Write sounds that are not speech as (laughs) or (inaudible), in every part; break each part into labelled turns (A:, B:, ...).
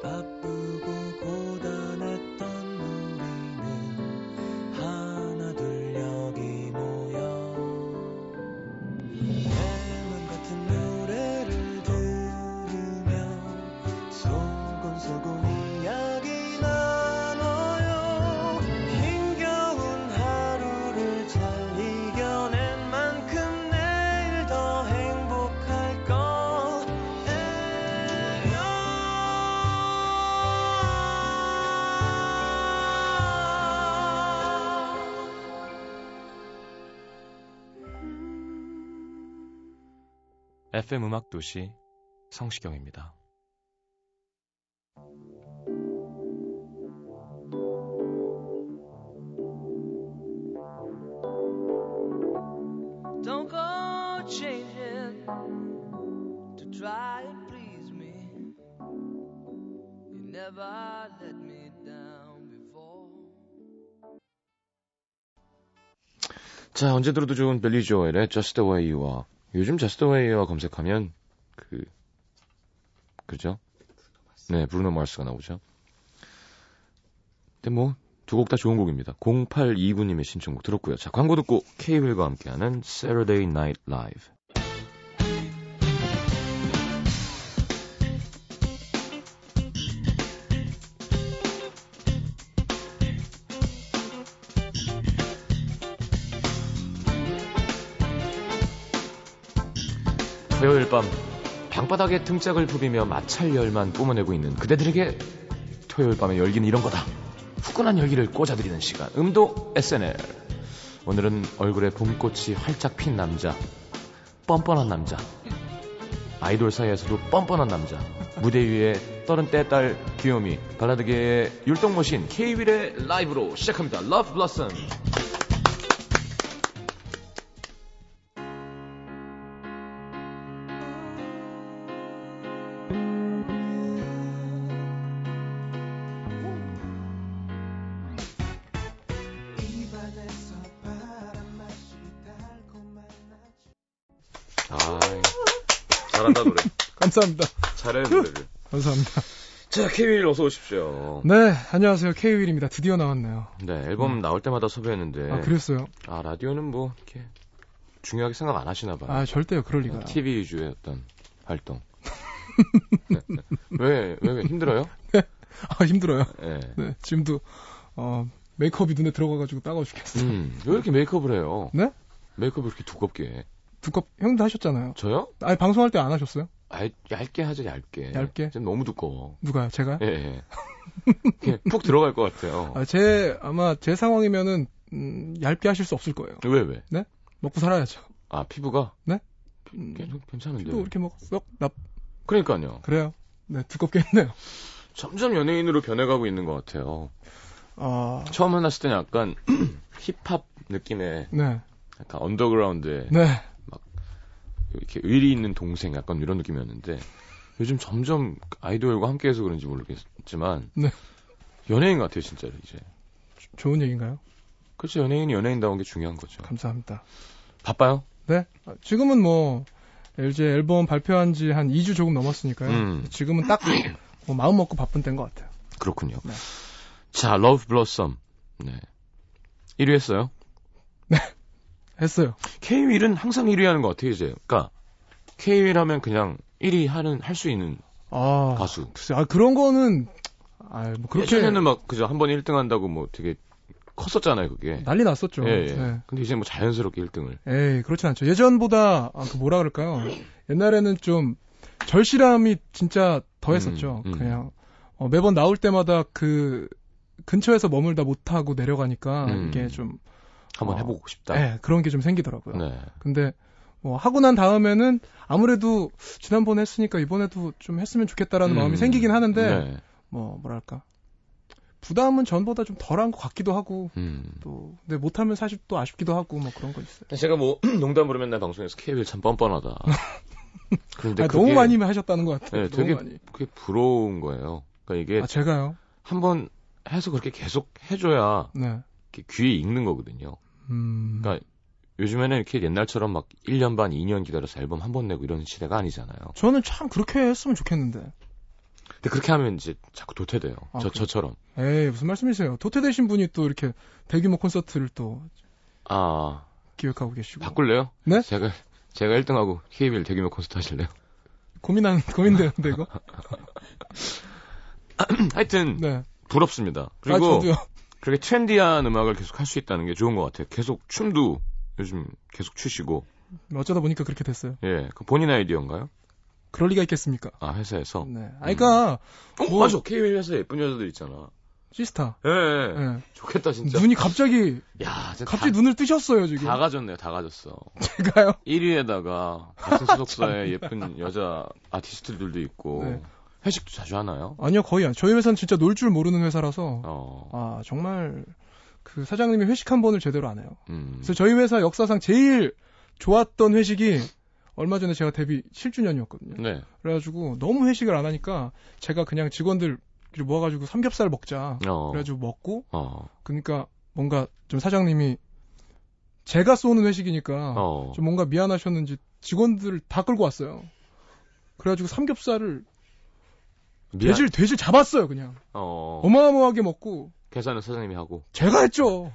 A: 바쁘고 고단했던 우리는 하나 둘 여기 모여 대만 같은 노래를 들으며 소곤소곤 이야기 나눠요 힘겨운 하루를 잘 이겨낸 만큼 내일 더 행복할 거예요
B: FM 음악 도시 성시경입니다.
A: Don't go changing to try and please me. You never let me down before.
B: 자, 언제 들어도 좋은 빌리 조엘의 Just the Way You Are. 요즘 Just the Way You Are 검색하면 그 그죠? 네, 브루노 마스가 나오죠. 근데 뭐 두 곡 다 좋은 곡입니다. 0829님의 신청곡 들었고요. 자, 광고 듣고 케이블과 함께하는 Saturday Night Live. 토요일 밤 방바닥에 등짝을 부비며 마찰 열만 뿜어내고 있는 그대들에게 토요일 밤의 열기는 이런 거다. 후끈한 열기를 꽂아드리는 시간. 음도 SNL. 오늘은 얼굴에 봄꽃이 활짝 핀 남자. 뻔뻔한 남자. 아이돌 사이에서도 뻔뻔한 남자. 무대 위에 떨은 때딸 귀요미. 발라드계의 율동머신 K-윌의 라이브로 시작합니다. Love Blossom. 아, 잘한다 노래.
C: 감사합니다.
B: 잘해 노래를.
C: 감사합니다.
B: 자, K-윌 어서 오십시오.
C: 네, 안녕하세요. K-윌입니다. 드디어 나왔네요.
B: 네, 앨범 나올 때마다 섭외했는데
C: 음. 아,
B: 아,
C: 그랬어요?
B: 라디오는 뭐 이렇게 중요하게 생각 안 하시나 봐요.
C: 아, 절대요. 그럴 리가요.
B: TV 위주의 어떤 활동. 네, 왜왜 왜 힘들어요?
C: 아, 힘들어요.
B: 예.
C: 네, 지금도, 어, 메이크업이 눈에 들어가가지고 따가워 죽겠어요.
B: 음, 왜 이렇게 메이크업을 해요?
C: 네?
B: 메이크업을 이렇게 두껍게 해?
C: 두껍, 형도 하셨잖아요.
B: 저요?
C: 아니, 방송할 때 안 하셨어요?
B: 얇, 얇게 하죠, 얇게.
C: 얇게?
B: 지금 너무 두꺼워.
C: 누가요? 제가요?
B: 예, 예. 이렇게 푹 들어갈 것 같아요.
C: 아, 제, 아마 제 상황이면은, 음, 얇게 하실 수 없을 거예요.
B: 왜, 왜?
C: 먹고 살아야죠.
B: 아, 피부가?
C: 음,
B: 괜- 괜찮은데.
C: 또 이렇게 막, 썩, 납,
B: 그러니까요.
C: 그래요. 네, 두껍게 했네요.
B: 점점 연예인으로 변해가고 있는 것 같아요.
C: 아,
B: 처음 만났을 때는 약간 (clears throat) 힙합 느낌의
C: 네,
B: 약간 언더그라운드의
C: 네.
B: 이렇게 의리 있는 동생 약간 이런 느낌이었는데 요즘 점점 아이돌과 함께해서 그런지 모르겠지만
C: 네.
B: 연예인 같아요 진짜로 이제
C: 좋은 얘기인가요?
B: 그렇죠 연예인이 연예인다운 게 중요한 거죠
C: 감사합니다.
B: 바빠요?
C: 네. 아, 지금은 뭐 LG 앨범 발표한 지 한 2주 조금 넘었으니까요.
B: 음.
C: 지금은 딱뭐 마음 먹고 바쁜 때인 것 같아요.
B: 그렇군요
C: 네.
B: 자 러브 블러썸 네 1위 했어요
C: 했어요.
B: K-윌은 항상 1위 하는 것 같아요 이제 그러니까 K-윌 하면 그냥 1위 하는 할 수 있는
C: 아,
B: 가수
C: 글쎄, 아 그런 거는 아, 뭐 그렇게
B: 예전에는 막 그죠 한 번 1등 한다고 뭐 되게 컸었잖아요 그게
C: 난리 났었죠.
B: 예, 예.
C: 네.
B: 근데 이제 뭐 자연스럽게 1등을
C: 에이, 그렇진 않죠. 예전보다 아, 그 뭐라 그럴까요? 옛날에는 좀 절실함이 진짜 더했었죠.
B: 음, 음.
C: 그냥 어, 매번 나올 때마다 그 근처에서 머물다 못하고 내려가니까
B: 음.
C: 이게 좀
B: 한번
C: 어,
B: 해보고 싶다
C: 예, 그런 게 좀 생기더라고요.
B: 네.
C: 근데 뭐 하고 난 다음에는 아무래도 지난번에 했으니까 이번에도 좀 했으면 좋겠다라는
B: 음.
C: 마음이 생기긴 하는데
B: 네.
C: 뭐 뭐랄까 부담은 전보다 좀 덜한 것 같기도 하고
B: 음.
C: 또 근데 못하면 사실 또 아쉽기도 하고 뭐 그런 거 있어요.
B: 제가 뭐 (clears throat) 농담으로 맨날 방송에서 케이윌 참 뻔뻔하다. (laughs) 그런데
C: 아,
B: 그게
C: 너무 많이 하셨다는 것 같아요.
B: 네,
C: 너무
B: 되게-
C: 많이.
B: 그게 부러운 거예요. 그러니까 이게
C: 아 제가요.
B: 한번 해서 그렇게 계속 해줘야
C: 네.
B: 이렇게 귀에 익는 거거든요.
C: 음.
B: 그러니까 요즘에는 이렇게 옛날처럼 막 1년 반, 2년 기다려서 앨범 한 번 내고 이런 시대가 아니잖아요.
C: 저는 참 그렇게 했으면 좋겠는데.
B: 근데 그렇게 하면 이제 자꾸 도태돼요.
C: 아,
B: 저,
C: 그래요?
B: 저처럼.
C: 에이, 무슨 말씀이세요? 도태되신 분이 또 이렇게 대규모 콘서트를 또
B: 아,
C: 기획하고 계시고.
B: 바꿀래요?
C: 네?
B: 제가, 제가 1등하고 KBL 대규모 콘서트 하실래요?
C: 고민한, 고민되는데, 이거?
B: 하여튼,
C: 네.
B: 부럽습니다.
C: 아,
B: (laughs) 그리고
C: 저도요.
B: 그렇게 트렌디한 음악을 계속 할 수 있다는 게 좋은 것 같아요. 계속 춤도 요즘 계속 추시고,
C: 어쩌다 보니까 그렇게 됐어요.
B: 예, 그 본인 아이디어인가요?
C: 그럴 리가 있겠습니까?
B: 아, 회사에서.
C: 네. 아, 그니까,
B: 어,
C: 뭐-
B: 맞아. KBL 회사에 예쁜 여자들 있잖아.
C: 시스타.
B: 예, 예.
C: 예.
B: 좋겠다, 진짜.
C: 눈이 갑자기,
B: 야, 진짜
C: 갑자기
B: 다,
C: 눈을 뜨셨어요, 지금.
B: 다 가졌네요, 다 가졌어.
C: 제가요? (laughs)
B: 1위에다가 같은 소속사에 예쁜 여자 아티스트들도 있고
C: 아, 네.
B: 회식도 자주 하나요?
C: 아니요, 거의 안. 저희 회사는 진짜 놀 줄 모르는 회사라서,
B: 어,
C: 아, 정말, 그 사장님이 회식 한 번을 제대로 안 해요.
B: 음,
C: 그래서 저희 회사 역사상 제일 좋았던 회식이, 얼마 전에 제가 데뷔 7주년이었거든요.
B: 네,
C: 그래가지고 너무 회식을 안 하니까 제가 그냥 직원들 모아가지고 삼겹살 먹자.
B: 어,
C: 그래가지고 먹고
B: 어,
C: 그러니까 뭔가 좀 사장님이 제가 쏘는 회식이니까
B: 어,
C: 좀 뭔가 미안하셨는지 직원들을 다 끌고 왔어요. 그래가지고 삼겹살을
B: 미안-
C: 돼지를 돼지를 잡았어요 그냥
B: 어,
C: 어마어마하게 먹고
B: 계산은 사장님이 하고.
C: 제가 했죠.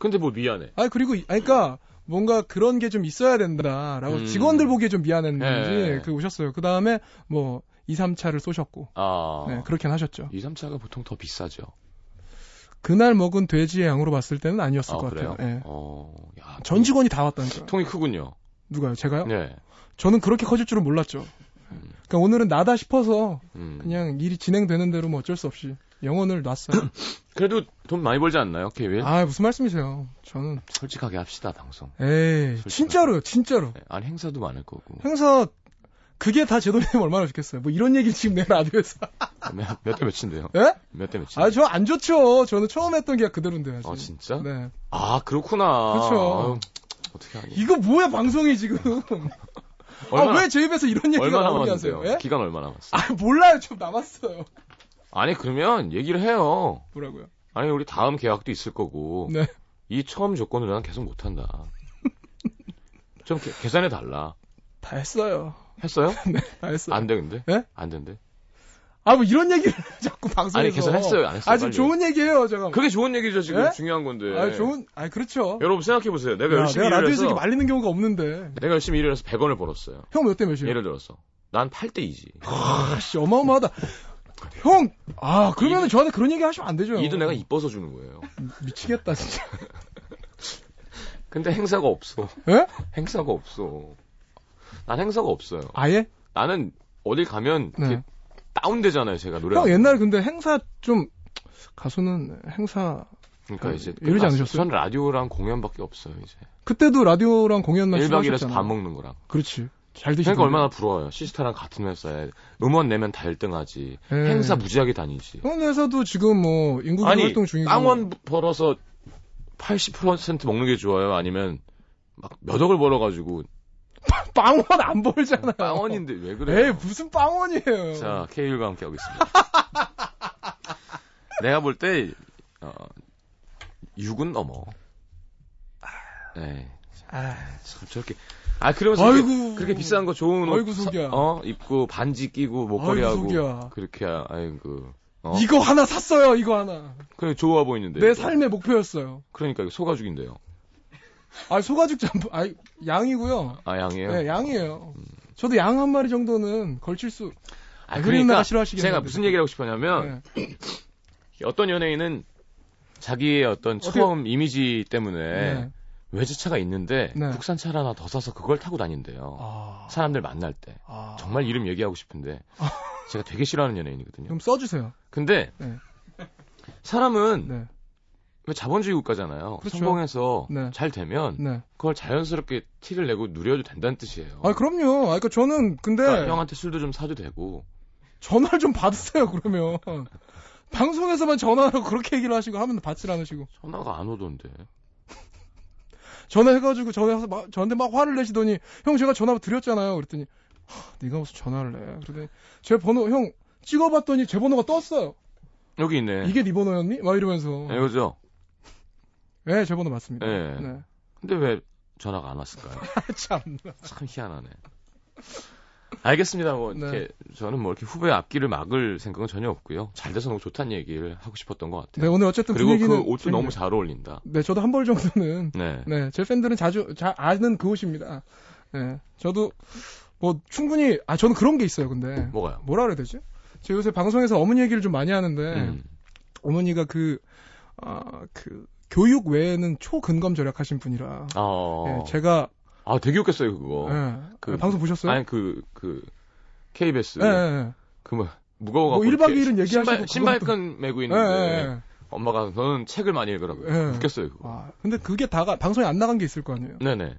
B: 근데 뭐 미안해.
C: 아 그리고 이- 아니, 그러니까 뭔가 그런 게 좀 있어야 된다라고
B: 음.
C: 직원들 보기에 좀 미안했는지
B: 예.
C: 그 오셨어요. 그 다음에 뭐 2, 3차를 쏘셨고
B: 아,
C: 네, 그렇게 하셨죠.
B: 2, 3차가 보통 더 비싸죠. 아,
C: 그날 먹은 돼지의 양으로 봤을 때는 아니었을
B: 아,
C: 것
B: 그래요?
C: 같아요. 예.
B: 어, 야,
C: 전 직원이 다 왔다니까요.
B: 통이 크군요.
C: 누가요? 제가요?
B: 네,
C: 저는 그렇게 커질 줄은 몰랐죠. 그러니까 오늘은 나다 싶어서
B: 음.
C: 그냥 일이 진행되는 대로 뭐 어쩔 수 없이 영혼을 놨어요.
B: 그래도 돈 많이 벌지 않나요, KBL?
C: 아 무슨 말씀이세요? 저는
B: 솔직하게 합시다, 방송.
C: 에이
B: 솔직하게.
C: 진짜로요, 진짜로.
B: 네, 아니, 행사도 많을 거고.
C: 행사 그게 다 제 돈이면 얼마나 좋겠어요. 뭐 이런 얘기 지금 내
B: (laughs)
C: 라디오에서.
B: 몇 대 몇인데요?
C: 예?
B: 몇 대 몇인데요?
C: 아 저 안 좋죠. 저는 처음 했던 게 그대로인데 아직.
B: 어, 진짜?
C: 네.
B: 아, 그렇구나.
C: 그쵸.
B: 아유, 어떻게 하니?
C: 이거 뭐야 방송이 지금?
B: (laughs)
C: 아
B: 얼마나-
C: 왜 제 입에서 이런 얘기가
B: 얼마
C: 나오게 하세요?
B: 남았는데요?
C: 예?
B: 기간 얼마 남았어?
C: 아 몰라요 좀 남았어요
B: 아니 그러면 얘기를 해요.
C: 뭐라고요
B: 아니 우리 다음 계약도 있을 거고
C: 네
B: 이 처음 조건으로 난 계속 못 한다.
C: (laughs)
B: 좀 계- 계산해 달라.
C: 다 했어요 (laughs)
B: 했어요?
C: 네다 했어요
B: 안 돼 근데?
C: 예?
B: 안 된대.
C: 아 뭐 이런 얘기를 (laughs) 자꾸 방송에서
B: 아니 계산했어요. 안 했어요.
C: 아 지금
B: 빨리.
C: 좋은 얘기예요 제가
B: 그게 좋은 얘기죠 지금
C: 예?
B: 중요한 건데.
C: 어. 아 좋은 아 그렇죠
B: 여러분 생각해 보세요. 내가
C: 야,
B: 열심히
C: 내가
B: 일을 해서
C: 라디오에서 이렇게 말리는 경우가 없는데
B: 내가 열심히 일을 해서 100원을 벌었어요.
C: 형 몇 대 몇이에요
B: 예를 들어서 난 8대 2지.
C: 아씨 어마어마하다 형 아 그러면은 저한테 그런 얘기 하시면 안 되죠
B: 이도 내가 이뻐서 주는 거예요.
C: 미치겠다 진짜
B: 근데 행사가 없어. (laughs)
C: 예
B: 행사가 없어. 난 행사가 없어요.
C: 아예
B: 나는 어딜 가면
C: 네.
B: 이렇게 다운되잖아요, 제가 노래.
C: 형 옛날 근데 행사 좀 가수는 행사
B: 그러니까 이제
C: 이러지
B: 끝났어요.
C: 않으셨어요?
B: 전 라디오랑 공연밖에 없어요, 이제.
C: 그때도 라디오랑 공연만
B: 1박 2일에서
C: 하셨잖아요.
B: 밥 먹는 거랑.
C: 그렇지 잘 드시고
B: 그러니까 얼마나 부러워요. 시스타랑 같은 회사에 음원 내면 다 1등하지.
C: 예.
B: 행사 무지하게 다니지.
C: 형에서도 지금 뭐 인구
B: 아니,
C: 활동 중이고
B: 빵원 벌어서 80% 먹는 게 좋아요? 아니면 막 몇 억을 벌어가지고
C: 빵원 안 벌잖아요.
B: 빵원인데 왜
C: 에이 뭐.
B: 그래요?
C: 무슨 빵원이에요.
B: 자, K율과 함께 하겠습니다. (laughs) 내가 볼 때, 어, 6은 넘어. 네.
C: 아,
B: 참 저렇게 아 그러면서 그렇게-
C: 아이고.
B: 그렇게 비싼 거 좋은 옷
C: 아이고, 속이야.
B: 사- 어 입고 반지 끼고 목걸이
C: 아이고,
B: 하고
C: 속이야.
B: 그렇게 하- 아이고 어? 네.
C: 이거 하나 샀어요. 이거 하나.
B: 그냥 좋아 보이는데
C: 내
B: 이거.
C: 삶의 목표였어요.
B: 그러니까 이거 소가죽인데요
C: 아 소가죽 잠바. 아 양이고요.
B: 아 양이에요
C: 네 양이에요. 저도 양 한 마리 정도는 걸칠 수.
B: 아
C: 그림
B: 그러니까
C: 나가 싫어하시겠네,
B: 제가
C: 근데.
B: 무슨 얘기를 하고 싶었냐면
C: 네.
B: 어떤 연예인은 자기의 어떤
C: 어떻게-
B: 처음 이미지 때문에
C: 네.
B: 외제차가 있는데
C: 네.
B: 국산 차를 하나 더 사서 그걸 타고 다닌대요
C: 아,
B: 사람들 만날 때
C: 아.
B: 정말 이름 얘기하고 싶은데 제가 되게 싫어하는 연예인이거든요
C: 그럼 써주세요.
B: 근데
C: 네.
B: 사람은
C: 네.
B: 왜 자본주의 국가잖아요.
C: 그렇죠.
B: 성공해서
C: 네.
B: 잘 되면
C: 네.
B: 그걸 자연스럽게 티를 내고 누려도 된다는 뜻이에요.
C: 아 그럼요. 아 그러니까 저는 근데
B: 그러니까 형한테 술도 좀 사도 되고.
C: 전화를 좀 받으세요. 그러면 방송에서만 전화로 그렇게 얘기를 하시고 하면 받질 않으시고.
B: 전화가 안 오던데.
C: 전화해가지고 저한테 막, 저한테 막 화를 내시더니 형 제가 전화 드렸잖아요. 그랬더니 하, 네가 무슨 전화를 내? 그러더니 제 번호 형 찍어봤더니 제 번호가 떴어요.
B: 여기 있네. 네,
C: 이게 네 번호였니? 막 이러면서
B: 이거죠?
C: 네, 제 번호 맞습니다.
B: 예.
C: 네. (laughs)
B: 근데 왜 전화가 안 왔을까요? (laughs)
C: 참.
B: 참 희한하네. 알겠습니다. 뭐
C: 네.
B: 이렇게 저는 뭐 이렇게 후배 앞길을 막을 생각은 전혀 없고요. 잘 돼서 너무 좋다는 얘기를 하고 싶었던 것 같아요.
C: 네, 오늘 어쨌든
B: 그리고
C: 분위기는
B: 그 옷도
C: 재밌네요.
B: 너무 잘 어울린다.
C: 네, 저도 한 벌 정도는
B: 네.
C: 네, 제 팬들은 자주 잘 아는 그 옷입니다. 네, 저도 뭐 충분히 아 저는 그런 게 있어요. 근데
B: 뭐가요?
C: 뭐라 그래야 되지? 제가 요새 방송에서 어머니 얘기를 좀 많이 하는데
B: 음.
C: 어머니가 그 아, 그 교육 외에는 초근검 절약하신 분이라
B: 아, 어.
C: 예, 제가
B: 아 되게 웃겼어요 그거.
C: 예,
B: 그-
C: 방송 보셨어요?
B: 아니 그 그 KBS
C: 예, 예,
B: 그뭐 무거워가
C: 뭐 일박 이일은 얘기하시고
B: 신발
C: 그건
B: 신발끈 메고
C: 예.
B: 있는데
C: 예, 예.
B: 엄마가 저는 책을 많이 읽으라고
C: 예.
B: 요 웃겼어요 그거.
C: 와, 근데 그게 다가 방송에 안 나간 게 있을 거 아니에요.
B: 네네.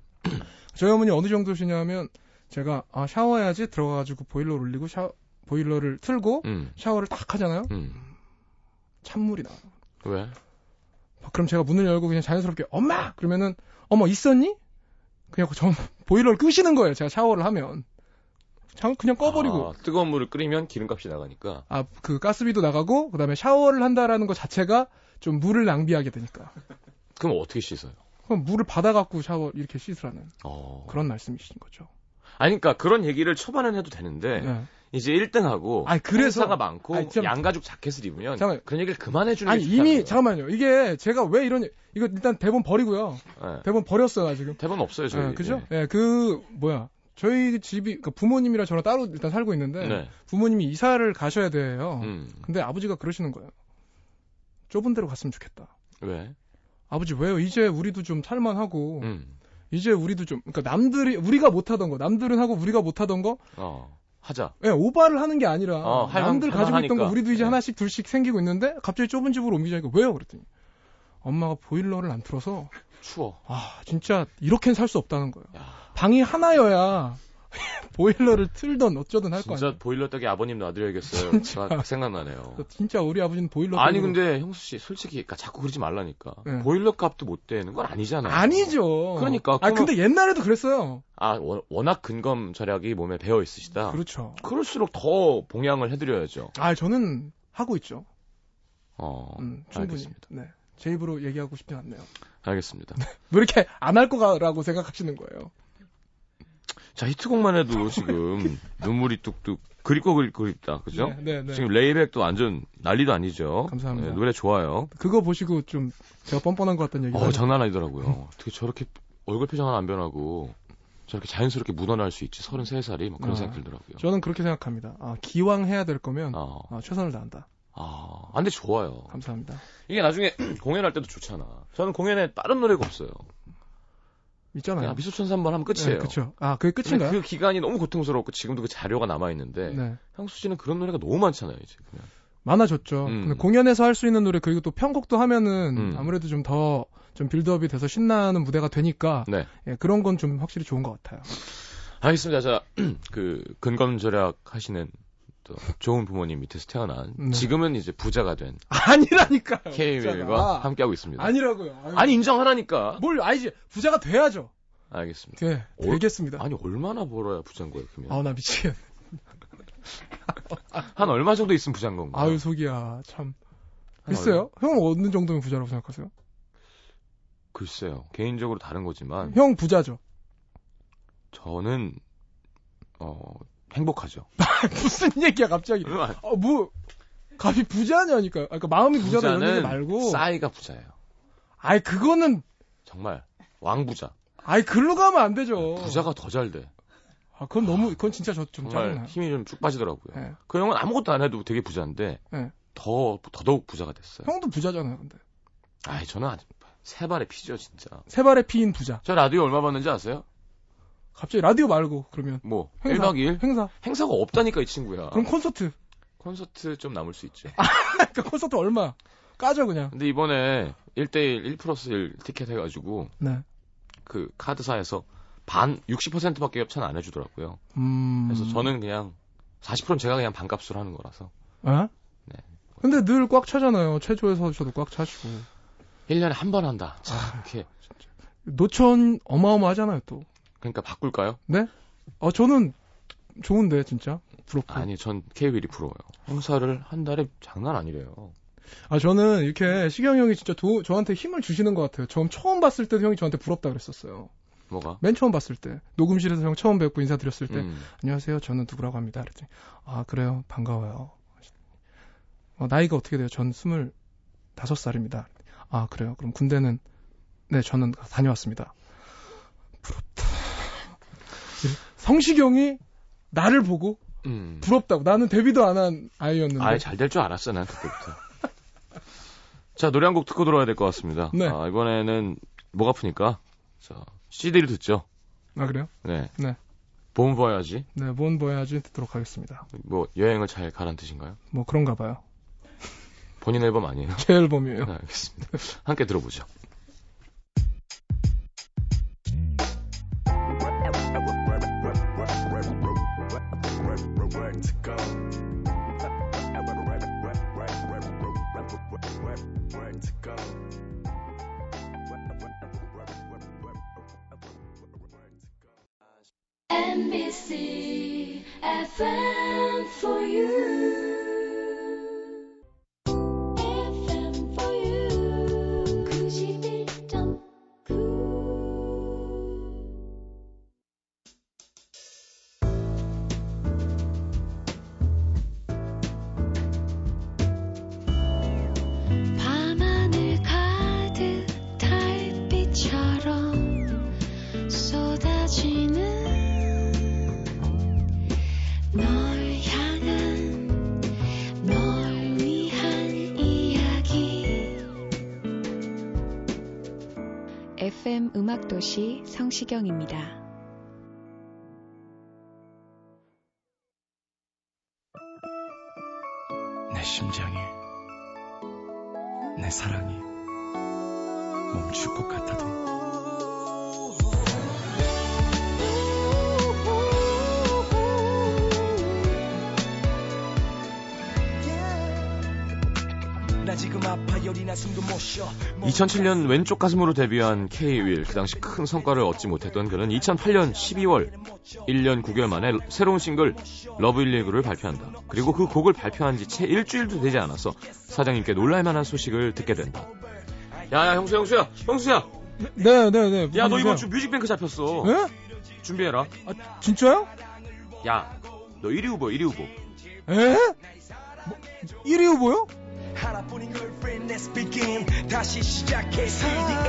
C: 저희 어머니 어느 정도시냐면 제가 아, 샤워해야지 들어가가지고 보일러를 올리고 샤 보일러를 틀고
B: 음.
C: 샤워를 딱 하잖아요.
B: 음.
C: 찬물이 나.
B: 왜?
C: 그럼 제가 문을 열고 그냥 자연스럽게 엄마 그러면은 어머 있었니? 그냥 전 (laughs) 보일러를 끄시는 거예요. 제가 샤워를 하면 자- 그냥 꺼버리고
B: 아, 뜨거운 물을 끓이면 기름값이 나가니까.
C: 아 그 가스비도 나가고 그다음에 샤워를 한다라는 것 자체가 좀 물을 낭비하게 되니까
B: 그럼 어떻게 씻어요?
C: 그럼 물을 받아갖고 샤워 이렇게 씻으라는
B: 어.
C: 그런 말씀이신 거죠.
B: 아니, 그러니까 그런 얘기를 초반에는 해도 되는데,
C: 네.
B: 이제 1등하고,
C: 아니, 그래서-
B: 행사가 많고,
C: 아니, 참-
B: 양가죽 자켓을 입으면,
C: 잠깐만.
B: 그런 얘기를 그만해주는
C: 아니
B: 게 좋다는
C: 이미
B: 거예요.
C: 잠깐만요. 이게 제가 왜 이런 이거 일단 대본 버리고요.
B: 예.
C: 대본 버렸어요 나 지금.
B: 대본 없어요, 저희.
C: 예, 그죠?
B: 예.
C: 예, 그 뭐야 저희 집이 그러니까 부모님이랑 저랑 따로 일단 살고 있는데
B: 네.
C: 부모님이 이사를 가셔야 돼요.
B: 음.
C: 근데 아버지가 그러시는 거예요. 좁은 데로 갔으면 좋겠다.
B: 왜?
C: 아버지 왜요? 이제 우리도 좀 살만하고
B: 음.
C: 이제 우리도 좀 그러니까 남들이 우리가 못하던 거 남들은 하고 우리가 못하던 거
B: 어. 하자.
C: 예, 오바를 하는 게 아니라
B: 어, 할 만-
C: 남들 가지고 있던 거
B: 할만하니까.
C: 우리도 이제
B: 예.
C: 하나씩 둘씩 생기고 있는데 갑자기 좁은 집으로 옮기자니까 왜요? 그랬더니 엄마가 보일러를 안 틀어서
B: 추워.
C: 아 진짜 이렇게는 살 수 없다는 거예요.
B: 야.
C: 방이 하나여야 (laughs) 보일러를 틀던 어쩌든 할 거
B: 진짜
C: 아니에요.
B: 보일러 떡에 아버님
C: (laughs)
B: 놔드려야겠어요. 아, 생각나네요.
C: 그래서 진짜 우리 아버지는 보일러
B: 아니,
C: 때문에-
B: 근데 형수 씨, 솔직히, 그러니까 자꾸 그러지 말라니까.
C: 예.
B: 보일러 값도 못 되는 건 아니잖아요.
C: 아니죠.
B: 네. 그러니까,
C: 아
B: 그러면-
C: 근데 옛날에도 그랬어요.
B: 아, 워- 워낙 근검 절약이 몸에 배어 있으시다.
C: 그렇죠.
B: 그럴수록 더 봉양을 해드려야죠.
C: 아 저는 하고 있죠.
B: 어,
C: 음, 충분히.
B: 알겠습니다.
C: 네. 제 입으로 얘기하고 싶진 않네요.
B: 알겠습니다.
C: 왜 이렇게 안 할 거라고 생각하시는 거예요?
B: 자, 히트곡만 해도
C: (laughs)
B: 지금 눈물이 뚝뚝 그립고 그립고 그립다. 그죠?
C: 네, 네, 네.
B: 지금 레이백도 완전 난리도 아니죠.
C: 감사합니다.
B: 네, 노래 좋아요.
C: 그거 보시고 좀 제가 뻔뻔한 것 같다는 얘기가
B: 어, 장난 아니더라고요. 어떻게 저렇게 얼굴 표정 하나 안 변하고 저렇게 자연스럽게 묻어날 수 있지? 33살이 막 그런
C: 아.
B: 생각 들더라고요.
C: 저는 그렇게 생각합니다. 아, 기왕 해야 될 거면
B: 어.
C: 아, 최선을 다한다.
B: 아, 안 돼, 좋아요.
C: 감사합니다.
B: 이게 나중에 공연할 때도 좋잖아. 저는 공연에 다른 노래가 없어요.
C: 있잖아요.
B: 그냥 미소천사 한번 하면 끝이에요.
C: 그렇죠. 아, 그게
B: 근데
C: 끝인가요?
B: 그 기간이 너무 고통스러웠고 지금도 그 자료가 남아 있는데
C: 네.
B: 향수 씨는 그런 노래가 너무 많잖아요 이제 그냥.
C: 많아졌죠.
B: 음.
C: 근데 공연에서 할 수 있는 노래 그리고 또 편곡도 하면은
B: 음.
C: 아무래도 좀 더 좀 빌드업이 돼서 신나는 무대가 되니까
B: 네
C: 예, 그런 건 좀 확실히 좋은 것 같아요.
B: 알겠습니다 자그 (clears throat) 근검 절약 하시는 또 좋은 부모님 밑에서 태어난
C: 네.
B: 지금은 이제 부자가 된
C: (laughs) 아니라니까요.
B: K-윌과 함께하고 있습니다 아니,
C: 아니라고요. 아유.
B: 인정하라니까
C: 뭘 알지 부자가 돼야죠.
B: 알겠습니다
C: 네,
B: 어?
C: 되겠습니다.
B: 아니 얼마나 벌어야 부자인 거예요 그러면
C: 아우 나 미치겠네.
B: 한 얼마 정도 있으면 부자인 건가요
C: 아유 속이야 참.
B: 한 얼마?
C: 글쎄요. 형 어느 정도면 부자라고 생각하세요?
B: 글쎄요 개인적으로 다른 거지만
C: 형 부자죠. (laughs)
B: 저는 어 행복하죠
C: 무슨 얘기야 갑자기? 어뭐 갑이 부자냐니까. 아까 그러니까 마음이 부자다 이런 얘기 말고.
B: 싸이가 부자예요
C: 아이 그거는
B: 정말 왕부자
C: 아이 글로 가면 안 되죠.
B: 부자가 더 잘돼
C: 아 그건 너무 그건 진짜 저 좀
B: 정말
C: 짜증나. 요
B: 힘이 좀 쭉 빠지더라고요.
C: 예.
B: 그 형은 아무것도 안 해도 되게 부자인데
C: 예.
B: 더 더더욱 부자가 됐어요.
C: 형도 부자잖아요. 근데
B: 아이 저는 아직 세 발의 피죠 진짜.
C: 세 발의 피인 부자.
B: 저 라디오 얼마 받는지 아세요?
C: 갑자기 라디오 말고 그러면
B: 뭐
C: 행사.
B: 1박 2일 아.
C: 행사.
B: 행사가 없다니까 이 친구야.
C: 그럼 콘서트. (laughs)
B: 콘서트 좀 남을 수 있지.
C: 그러니까 콘서트 얼마? 까죠 그냥.
B: 근데 이번에 1대1 1 플러스 1 티켓 해가지고
C: 네.
B: 그 카드사에서 반 60%밖에 협찬 안 해주더라고요.
C: 음.
B: 그래서 저는 그냥 40%는 제가 그냥 반값으로 하는 거라서
C: 어?
B: 네.
C: 근데 늘 꽉 차잖아요. 최초에서 저도 꽉 차시고.
B: 1년에 한 번 한다. 참
C: 아.
B: 이렇게
C: 노천 어마어마하잖아요 또.
B: 그러니까 바꿀까요?
C: 아 저는 좋은데 진짜 부럽고.
B: 아니, 전 KBL이 부러워요. 행사를 한 달에 장난 아니래요.
C: 아 저는 이렇게 시경 형이 진짜 도, 저한테 힘을 주시는 것 같아요. 처음 처음 봤을 때도 형이 저한테 부럽다 그랬었어요.
B: 뭐가?
C: 맨 처음 봤을 때 녹음실에서 형 처음 뵙고 인사드렸을 때
B: 음.
C: 안녕하세요 저는 누구라고 합니다. 그랬더니 아 그래요 반가워요. 어, 나이가 어떻게 돼요? 전 25살입니다. 아 그래요 그럼 군대는 네 저는 다녀왔습니다. 부럽다. 성시경이 나를 보고
B: 음.
C: 부럽다고 나는 데뷔도 안 한 아이였는데
B: 아예 잘 될 줄 알았어 난 그때부터. (laughs) 자 노래 한 곡 듣고 돌아야 될 것 같습니다.
C: 네.
B: 아, 이번에는 목 아프니까 자 CD를 듣죠.
C: 아 그래요?
B: 네.
C: 네.
B: 봄 보야지.
C: 네, 뭔 보야지 듣도록 하겠습니다.
B: 뭐 여행을 잘 가란 뜻인가요?
C: 뭐 그런가 봐요.
B: 본인 앨범 (laughs) 아니에요?
C: 제 앨범이에요.
B: 네, 알겠습니다. 함께 들어보죠.
D: NBC FM for you. FM for you. 91.9. 밤하늘 가득 달빛처럼 쏟아지는 널 향한 널 위한 이야기
E: FM 음악도시 성시경입니다.
F: 내 심장이 내 사랑이 멈출 것 같아도
A: 나 지금 아파 열이 나 숨도 못 쉬어
B: 2007년 뭐 왼쪽 가슴으로 데뷔한 K-윌 그 당시 큰 성과를 얻지 못했던 그는 2008년 12월 1년 9개월 만에 새로운 싱글 러브 19를 발표한다. 그리고 그 곡을 발표한 지 채 일주일도 되지 않아서 사장님께 놀랄 만한 소식을 듣게 된다. 야야 형수 형수야 형수야
C: 네, 네, 네.
B: 야 너
C: 무슨
B: 이번 주
C: 일이세요?
B: 뮤직뱅크 잡혔어
C: 예?
B: 준비해라
C: 아, 진짜요?
B: 야 너 1위 후보 1위 후보
C: 에? 예? 뭐, 1위 후보요?
A: 하나뿐인 girlfriend let's begin 다시 시작해 CDM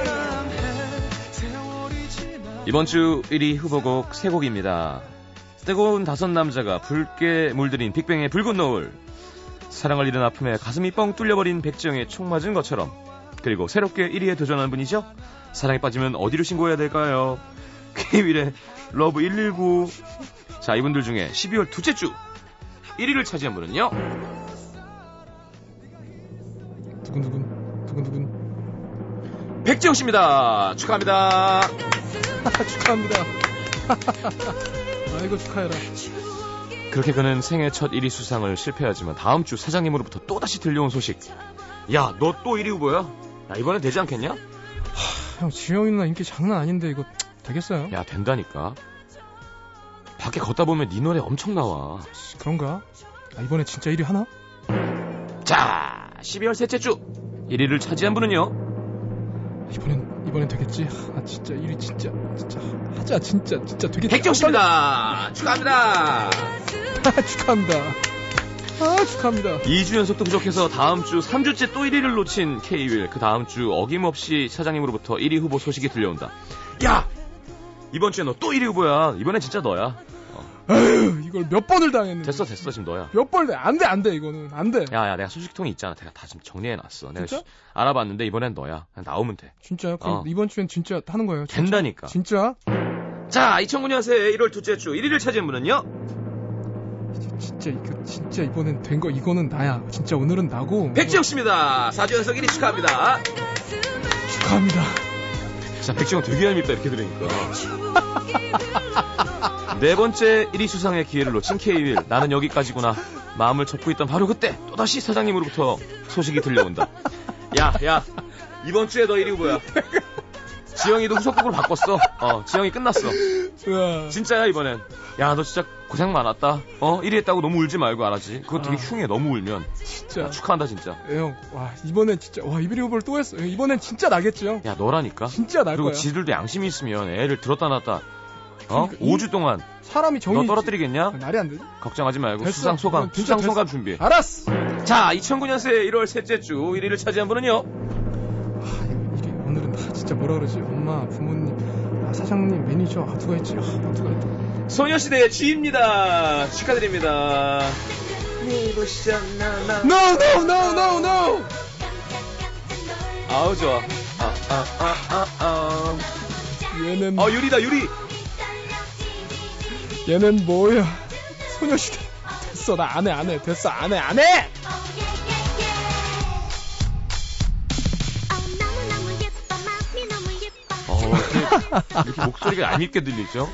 B: 이번 주 1위 후보곡 세 곡입니다. 뜨거운 다섯 남자가 붉게 물들인 빅뱅의 붉은 노을, 사랑을 잃은 아픔에 가슴이 뻥 뚫려버린 백지영의 총 맞은 것처럼, 그리고 새롭게 1위에 도전한 분이죠? 사랑에 빠지면 어디로 신고해야 될까요? 케이윌의 러브 119. 자, 이분들 중에 12월 둘째 주 1위를 차지한 분은요?
C: 두근두근, 두근두근. (laughs)
B: 백지영 씨입니다. 축하합니다.
C: 축하합니다. (laughs) 아이고, 축하해라.
B: 그렇게 그는 생애 첫 1위 수상을 실패하지만 다음 주 사장님으로부터 또다시 들려온 소식. 야, 너 또 1위 후보야? 야, 이번엔 되지 않겠냐?
C: 형, 지영이 누나 인기 장난 아닌데 이거 되겠어요?
B: 야, 된다니까. 밖에 걷다 보면 네 노래 엄청 나와.
C: 그런가? 아, 이번에 진짜 1위 하나?
B: 자, 12월 셋째 주 1위를 차지한 분은요?
C: 이번엔, 이번엔 되겠지? 아, 진짜 1위 진짜, 진짜. 하자, 진짜, 진짜 되겠지?
B: 백정 씨입니다. 축하합니다.
C: (laughs) 아, 축하합니다. 아, 축하합니다. (clears throat)
B: 2주 연속도 부족해서 다음 주 3주째 또 1위를 놓친 K윌. 그 다음 주 어김없이 사장님으로부터 1위 후보 소식이 들려온다. 야! 이번 주에 너 또 1위 후보야. 이번엔 진짜 너야.
C: 에휴, 이걸 몇 번을 당했는데.
B: 됐어, 됐어. 지금 너야.
C: 몇 번을, 당- 안 돼, 안 돼, 이거는. 안 돼.
B: 야, 야, 내가 소식통이 있잖아. 내가 다 지금 정리해놨어. 내가
C: 진짜?
B: 시- 알아봤는데 이번엔 너야. 그냥 나오면 돼.
C: 진짜요? 그럼
B: 어.
C: 이번 주엔 진짜 하는 거예요? 진짜?
B: 된다니까.
C: 진짜?
B: 자, 2009년 새해 1월 둘째 주 1위를 차지한 분은요?
C: 진짜 이거 진짜 이번엔 된 거 이거는 나야. 진짜 오늘은 나고.
B: 백지영 씨입니다. 4주 연속 1위 축하합니다.
C: 축하합니다.
B: 자, 백지영 되게 얄밉다 이렇게 들으니까. 네 번째 1위 수상의 기회를 놓친 K윌. 나는 여기까지구나. 마음을 접고 있던 바로 그때 또다시 사장님으로부터 소식이 들려온다. 야, 야. 이번 주에 너 1위 후보야. 지영이도 후속곡을 바꿨어. 어, 지영이 끝났어.
C: 우와.
B: 진짜야 이번엔 야 너 진짜 고생 많았다 어 1위 했다고 너무 울지 말고 알았지 그거 되게
C: 아.
B: 흉해 너무 울면
C: 진짜.
B: 야, 축하한다 진짜
C: 예, 형, 와, 이번엔 진짜, 와, 이브리 후보를 또 했어. 예, 이번엔 진짜 나겠지, 형.
B: 야 너라니까
C: 진짜 날
B: 그리고
C: 거야.
B: 지들도 양심이 있으면 애를 들었다 놨다 어?
C: 그러니까 이-
B: 5주 동안
C: 사람이 정이.
B: 너 떨어뜨리겠냐?
C: 말이 안 되지.
B: 걱정하지 말고
C: 됐어.
B: 수상 소감
C: 그건 진짜
B: 수상 소감 준비
C: 알았어! 아.
B: 자 2009년생 1월 셋째 주 1위를 차지한 분은요
C: 아, 이게 오늘은 다 진짜 뭐라 그러지? 엄마, 부모님, 아, 사장님, 매니저, 아, 누가 있지? 아, 누가 있다.
B: 소녀시대의 G입니다 축하드립니다 미보셨나
C: No, no, no, no, no!
B: 아우 좋아 아아아아아
C: 얘는,
B: 어 유리다 유리
C: 얘는 뭐야? 소녀시대. 됐어, 나 안 해, 안 해. 됐어, 안 해, 안 해!
B: 어, 이렇게, 이렇게 목소리가 안 입게 들리죠?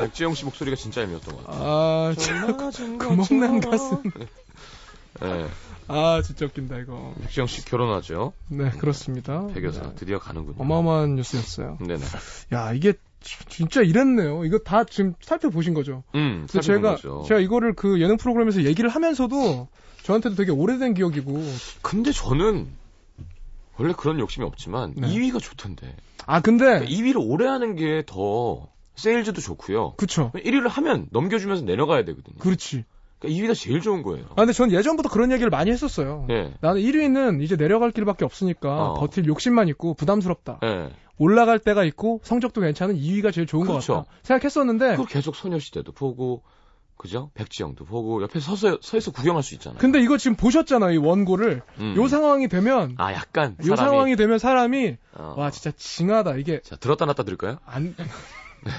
B: 백지영 씨 목소리가 진짜 애매였던 것 같아요.
C: 아, 참. (laughs) 구멍난 가슴.
B: 예,
C: 아, 진짜 웃긴다, 이거.
B: 백지영 씨 결혼하죠?
C: 네, 그렇습니다.
B: 백여사
C: 네.
B: 드디어 가는군요.
C: 어마어마한 뉴스였어요.
B: 네네.
C: 야, 이게 지- 진짜 이랬네요. 이거 다 지금 살펴보신 거죠?
B: 음,
C: 근데
B: 살펴본
C: 제가,
B: 거죠.
C: 제가 이거를 그 예능 프로그램에서 얘기를 하면서도 저한테도 되게 오래된 기억이고.
B: 근데 저는 원래 그런 욕심이 없지만
C: 네.
B: 2위가 좋던데. 그러니까
C: 아, 근데,
B: 2위를 오래 하는 게 더 세일즈도 좋고요.
C: 그쵸.
B: 1위를 하면 넘겨주면서 내려가야 되거든요.
C: 그렇지.
B: 그러니까 2위가 제일 좋은 거예요.
C: 아, 근데 전 예전부터 그런 얘기를 많이 했었어요.
B: 네.
C: 나는 1위는 이제 내려갈 길밖에 없으니까
B: 어.
C: 버틸 욕심만 있고 부담스럽다.
B: 예.
C: 올라갈 때가 있고 성적도 괜찮은 2위가 제일 좋은
B: 그렇죠.
C: 것 같다. 생각했었는데,
B: 그걸 계속 소녀시대도 보고, 그죠? 백지영도 보고, 옆에 서서, 서서 구경할 수 있잖아요.
C: 근데 이거 지금 보셨잖아요, 이 원고를.
B: 음.
C: 요 상황이 되면,
B: 아, 약간.
C: 요 상황이 되면 사람이,
B: 어.
C: 와, 진짜 징하다. 이게,
B: 자, 들었다 놨다 들을까요?
C: 안, (laughs)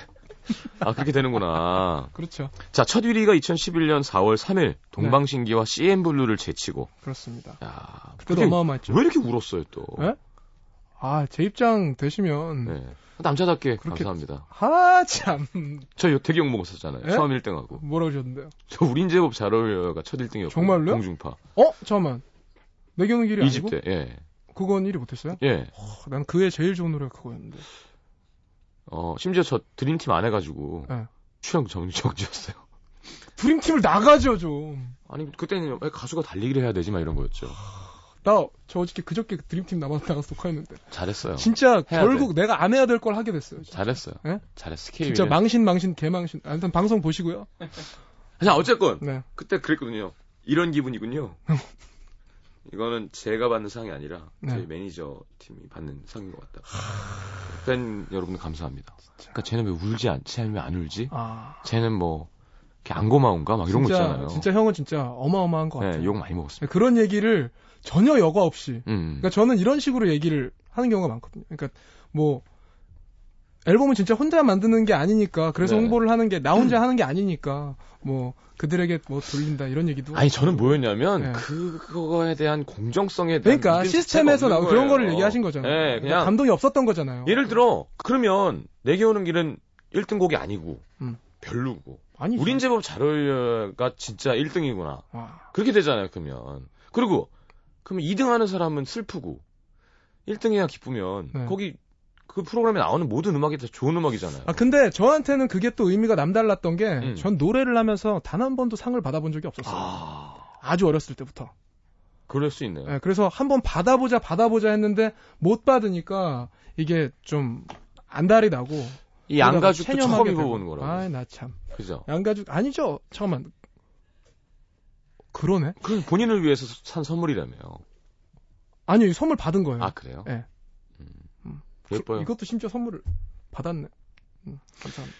B: 아, 그렇게 되는구나.
C: 그렇죠.
B: 자, 첫 1위가 2011년 4월 3일, 동방신기와 CN블루를 제치고.
C: 그렇습니다.
B: 야,
C: 네. 그때도
B: 근데
C: 어마어마했죠.
B: 왜 이렇게 울었어요, 또?
C: 예? 아, 제 입장 되시면,
B: 네. 남자답게
C: 그렇게-
B: 감사합니다.
C: 아, 참, (laughs)
B: 저 이거 되게 욕먹었었잖아요.
C: 예?
B: 처음 1등하고.
C: 뭐라 그러셨는데요?
B: 저 우린 제법 잘 어울려요가 첫 1등이었고.
C: 정말로요?
B: 공중파.
C: 어? 잠깐만. 내경은 길이 아니고?
B: 20대, 예.
C: 그건 1위 못했어요?
B: 예.
C: 어, 난 그의 제일 좋은 노래가 그거였는데.
B: 어, 심지어 저 드림팀 안 해가지고.
C: 예.
B: 취향 정지였어요.
C: 드림팀을 나가죠, 좀.
B: 아니, 그때는 왜 가수가 달리기를 해야 되지, 막 이런 거였죠.
C: 나, 저 어저께 그저께 드림팀 남아 나가서 녹화했는데.
B: 잘했어요.
C: 진짜,
B: 해야
C: 결국 내가 안 해야 될 걸 하게 됐어요. 진짜.
B: 잘했어요.
C: 예?
B: 잘했어. KBS.
C: 진짜 망신, 망신, 개망신. 아, 일단 방송 보시고요.
B: 자, 어쨌건.
C: 네.
B: 그때 그랬거든요. 이런 기분이군요. 이거는 제가 받는 상이 아니라 저희
C: 네.
B: 매니저 팀이 받는 상인 것 같다. 팬 여러분 감사합니다. 그러니까 쟤는 왜 울지 않, 쟤는 왜 안 울지?
C: 아.
B: 쟤는 뭐 이렇게 안 고마운가? 막 이런
C: 진짜,
B: 거 있잖아요.
C: 진짜 형은 진짜 어마어마한 것 같아요.
B: 네, 욕 많이 먹었습니다.
C: 그런 얘기를 전혀 여과 없이
B: 음.
C: 그러니까 저는 이런 식으로 얘기를 하는 경우가 많거든요. 그러니까 뭐 앨범은 진짜 혼자 만드는 게 아니니까 그래서
B: 네. 음.
C: 홍보를 하는 게 나 혼자 하는 게 아니니까 뭐 그들에게 뭐 돌린다 이런 얘기도
B: 아니 저는 뭐였냐면
C: 네.
B: 그거에 대한 공정성에 대한
C: 그러니까
B: 믿음 자체가
C: 시스템에서 나
B: 없는
C: 그런
B: 거예요.
C: 거를 얘기하신 거잖아요.
B: 네,
C: 그러니까
B: 그냥
C: 감동이 없었던 거잖아요.
B: 예를 들어 그러면 내게 오는 길은 1등 곡이 아니고
C: 음.
B: 별로고
C: 아니
B: 우린 제법 잘 어울려가 진짜 1등이구나.
C: 와,
B: 그렇게 되잖아요, 그러면. 그리고, 그러면 2등 하는 사람은 슬프고, 1등해야 기쁘면,
C: 네.
B: 거기, 그 프로그램에 나오는 모든 음악이 다 좋은 음악이잖아요.
C: 아 근데 저한테는 그게 또 의미가 남달랐던 게
B: 음.
C: 전 노래를 하면서 단 한 번도 상을 받아본 적이 없었어요.
B: 아,
C: 아. 주 어렸을 때부터.
B: 그럴 수 있네요.
C: 예, 그래서 한번 받아보자 받아보자 했는데 못 받으니까 이게 좀 안달이 나고
B: 이 양가죽도
C: 체념하게
B: 처음
C: 되고.
B: 입어보는 거라고.
C: 아이, 예. 나 참.
B: 그죠?
C: 양가죽, 아니죠. 잠깐만. 그러네?
B: 그 본인을 위해서 산 선물이라며.
C: 아니요, 이 선물 받은 거예요.
B: 아, 그래요?
C: 네.
B: 음.
C: 음.
B: 예뻐요.
C: 이것도 심지어 선물을 받았네. 음, 감사합니다.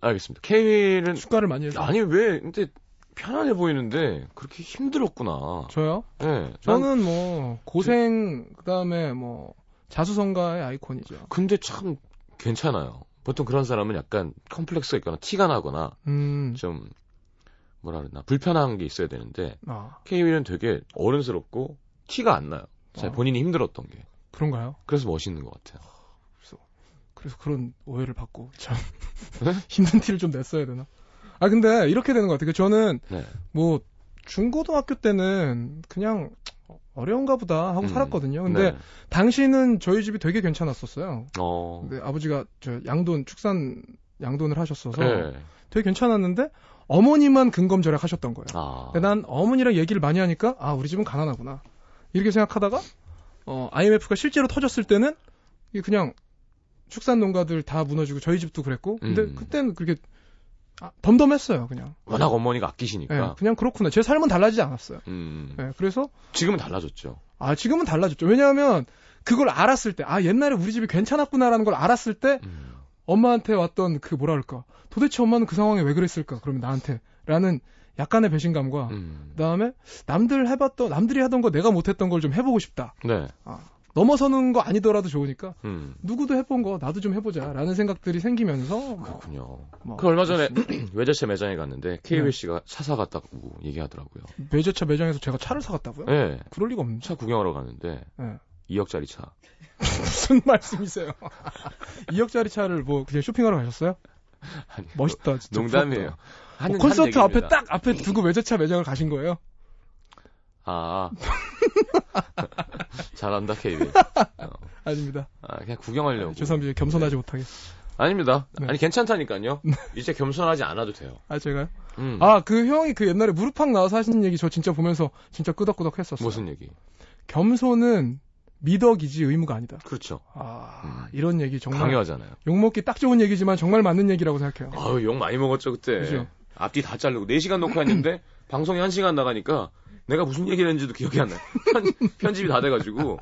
B: 알겠습니다. 케이윌은,
C: 축가를 많이 해서.
B: 아니, 왜, 근데, 편안해 보이는데, 그렇게 힘들었구나.
C: 저요?
B: 예. 네,
C: 저는 뭐, 고생, 그 다음에 뭐, 자수성가의 아이콘이죠.
B: 근데 참, 괜찮아요. 보통 그런 사람은 약간 컴플렉스가 있거나 티가 나거나
C: 음,
B: 좀 뭐라 그러나 불편한 게 있어야 되는데
C: 아,
B: 케이윌은 되게 어른스럽고 티가 안 나요. 자,
C: 어.
B: 본인이 힘들었던 게
C: 그런가요?
B: 그래서 멋있는 것 같아요.
C: 그래서 그런 오해를 받고, 참.
B: 네?
C: (laughs) 힘든 티를 좀 냈어야 되나? 아, 그 근데 이렇게 되는 것 같아요. 저는
B: 네.
C: 뭐 중고등학교 때는 그냥 어려운가 보다 하고
B: 음.
C: 살았거든요. 근데
B: 네.
C: 당시는 저희 집이 되게 괜찮았었어요.
B: 어.
C: 근데 아버지가 저 양돈 축산 양돈을 하셨어서
B: 네.
C: 되게 괜찮았는데 어머니만 근검절약 하셨던 거예요.
B: 아.
C: 근데 난 어머니랑 얘기를 많이 하니까 아 우리 집은 가난하구나 이렇게 생각하다가 어, IMF가 실제로 터졌을 때는 이게 그냥 축산 농가들 다 무너지고 저희 집도 그랬고 근데
B: 음.
C: 그때는 그렇게 아, 덤덤했어요 그냥
B: 워낙 어머니가
C: 예,
B: 아끼시니까.
C: 그냥 그렇구나 제 삶은 달라지지 않았어요
B: 음.
C: 예, 그래서
B: 지금은 달라졌죠.
C: 아 지금은 달라졌죠 왜냐하면 그걸 알았을 때 아 옛날에 우리 집이 괜찮았구나라는 걸 알았을 때
B: 음.
C: 엄마한테 왔던 그 뭐라 그럴까 도대체 엄마는 그 상황에 왜 그랬을까 그러면 나한테 라는 약간의 배신감과
B: 음.
C: 그다음에 남들 해봤던 남들이 하던 거 내가 못했던 걸 좀 해보고 싶다.
B: 네.
C: 넘어서는 거 아니더라도 좋으니까
B: 음.
C: 누구도 해본 거 나도 좀 해보자라는 생각들이 생기면서 뭐,
B: 그렇군요.
C: 뭐
B: 그 얼마 전에 (clears throat) 외제차 매장에 갔는데
C: 네.
B: KW 씨가 차 사갔다고 얘기하더라고요.
C: 외제차 매장에서 제가 차를 사갔다고요?
B: 예.
C: 그럴 리가 없는데 (laughs)
B: 차 구경하러 갔는데
C: 예.
B: 2억짜리
C: (laughs)
B: 차.
C: 무슨 말씀이세요? (laughs) 2억짜리 차를 뭐 그냥 쇼핑하러 가셨어요?
B: 아니,
C: 멋있다. 진짜
B: 뭐 농담이에요.
C: 부럽다.
B: 하는-
C: 뭐 콘서트
B: 하는
C: 앞에
B: 얘기입니다.
C: 딱 앞에 두고 외제차 매장을 가신 거예요?
B: 아.
C: (laughs)
B: 잘한다 KB. 어.
C: 아닙니다.
B: 아, 그냥 구경하려고.
C: 죄송합니다. 겸손하지 못하게.
B: 아닙니다.
C: 네.
B: 아니 괜찮다니까요. 이제 겸손하지 않아도 돼요.
C: 아 제가요?
B: 음.
C: 아 그 형이 그 옛날에 무릎팍 나와서 하신 얘기 저 진짜 보면서 진짜 끄덕끄덕 했었어요.
B: 무슨 얘기?
C: 겸손은 미덕이지 의무가 아니다.
B: 그렇죠.
C: 아,
B: 음.
C: 이런 얘기 정말
B: 강요하잖아요.
C: 욕먹기 딱 좋은 얘기지만 정말 맞는 얘기라고 생각해요.
B: 아유, 욕 많이 먹었죠, 그때.
C: 그죠.
B: 앞뒤 다 자르고 4시간
C: (laughs)
B: 녹화했는데 방송이 1시간 나가니까 내가 무슨 얘기를 했는지도 기억이 안 나요. 편, 집이다 돼 가지고.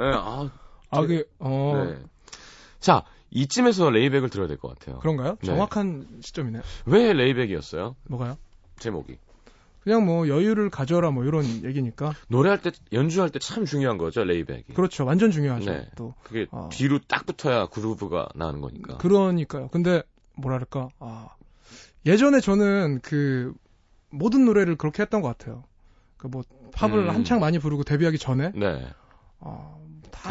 B: 예. 아,
C: 아, 그, 어,
B: 네. 자, 이쯤에서 레이백을 들어야 될 것 같아요.
C: 그런가요?
B: 네.
C: 정확한 시점이네요.
B: 왜 레이백이었어요?
C: 뭐가요?
B: 제목이.
C: 그냥 뭐 여유를 가져라 뭐 이런 얘기니까.
B: 노래할 때 연주할 때 참 중요한 거죠, 레이백이.
C: 그렇죠. 완전 중요하죠.
B: 예. 네.
C: 또.
B: 그게
C: 어.
B: 뒤로 딱 붙어야 그루브가 나는 거니까.
C: 그러니까요. 근데, 뭐랄까, 아, 예전에 저는 그, 모든 노래를 그렇게 했던 것 같아요. 그 뭐, 팝을
B: 음.
C: 한창 많이 부르고 데뷔하기 전에,
B: 네.
C: 어, 다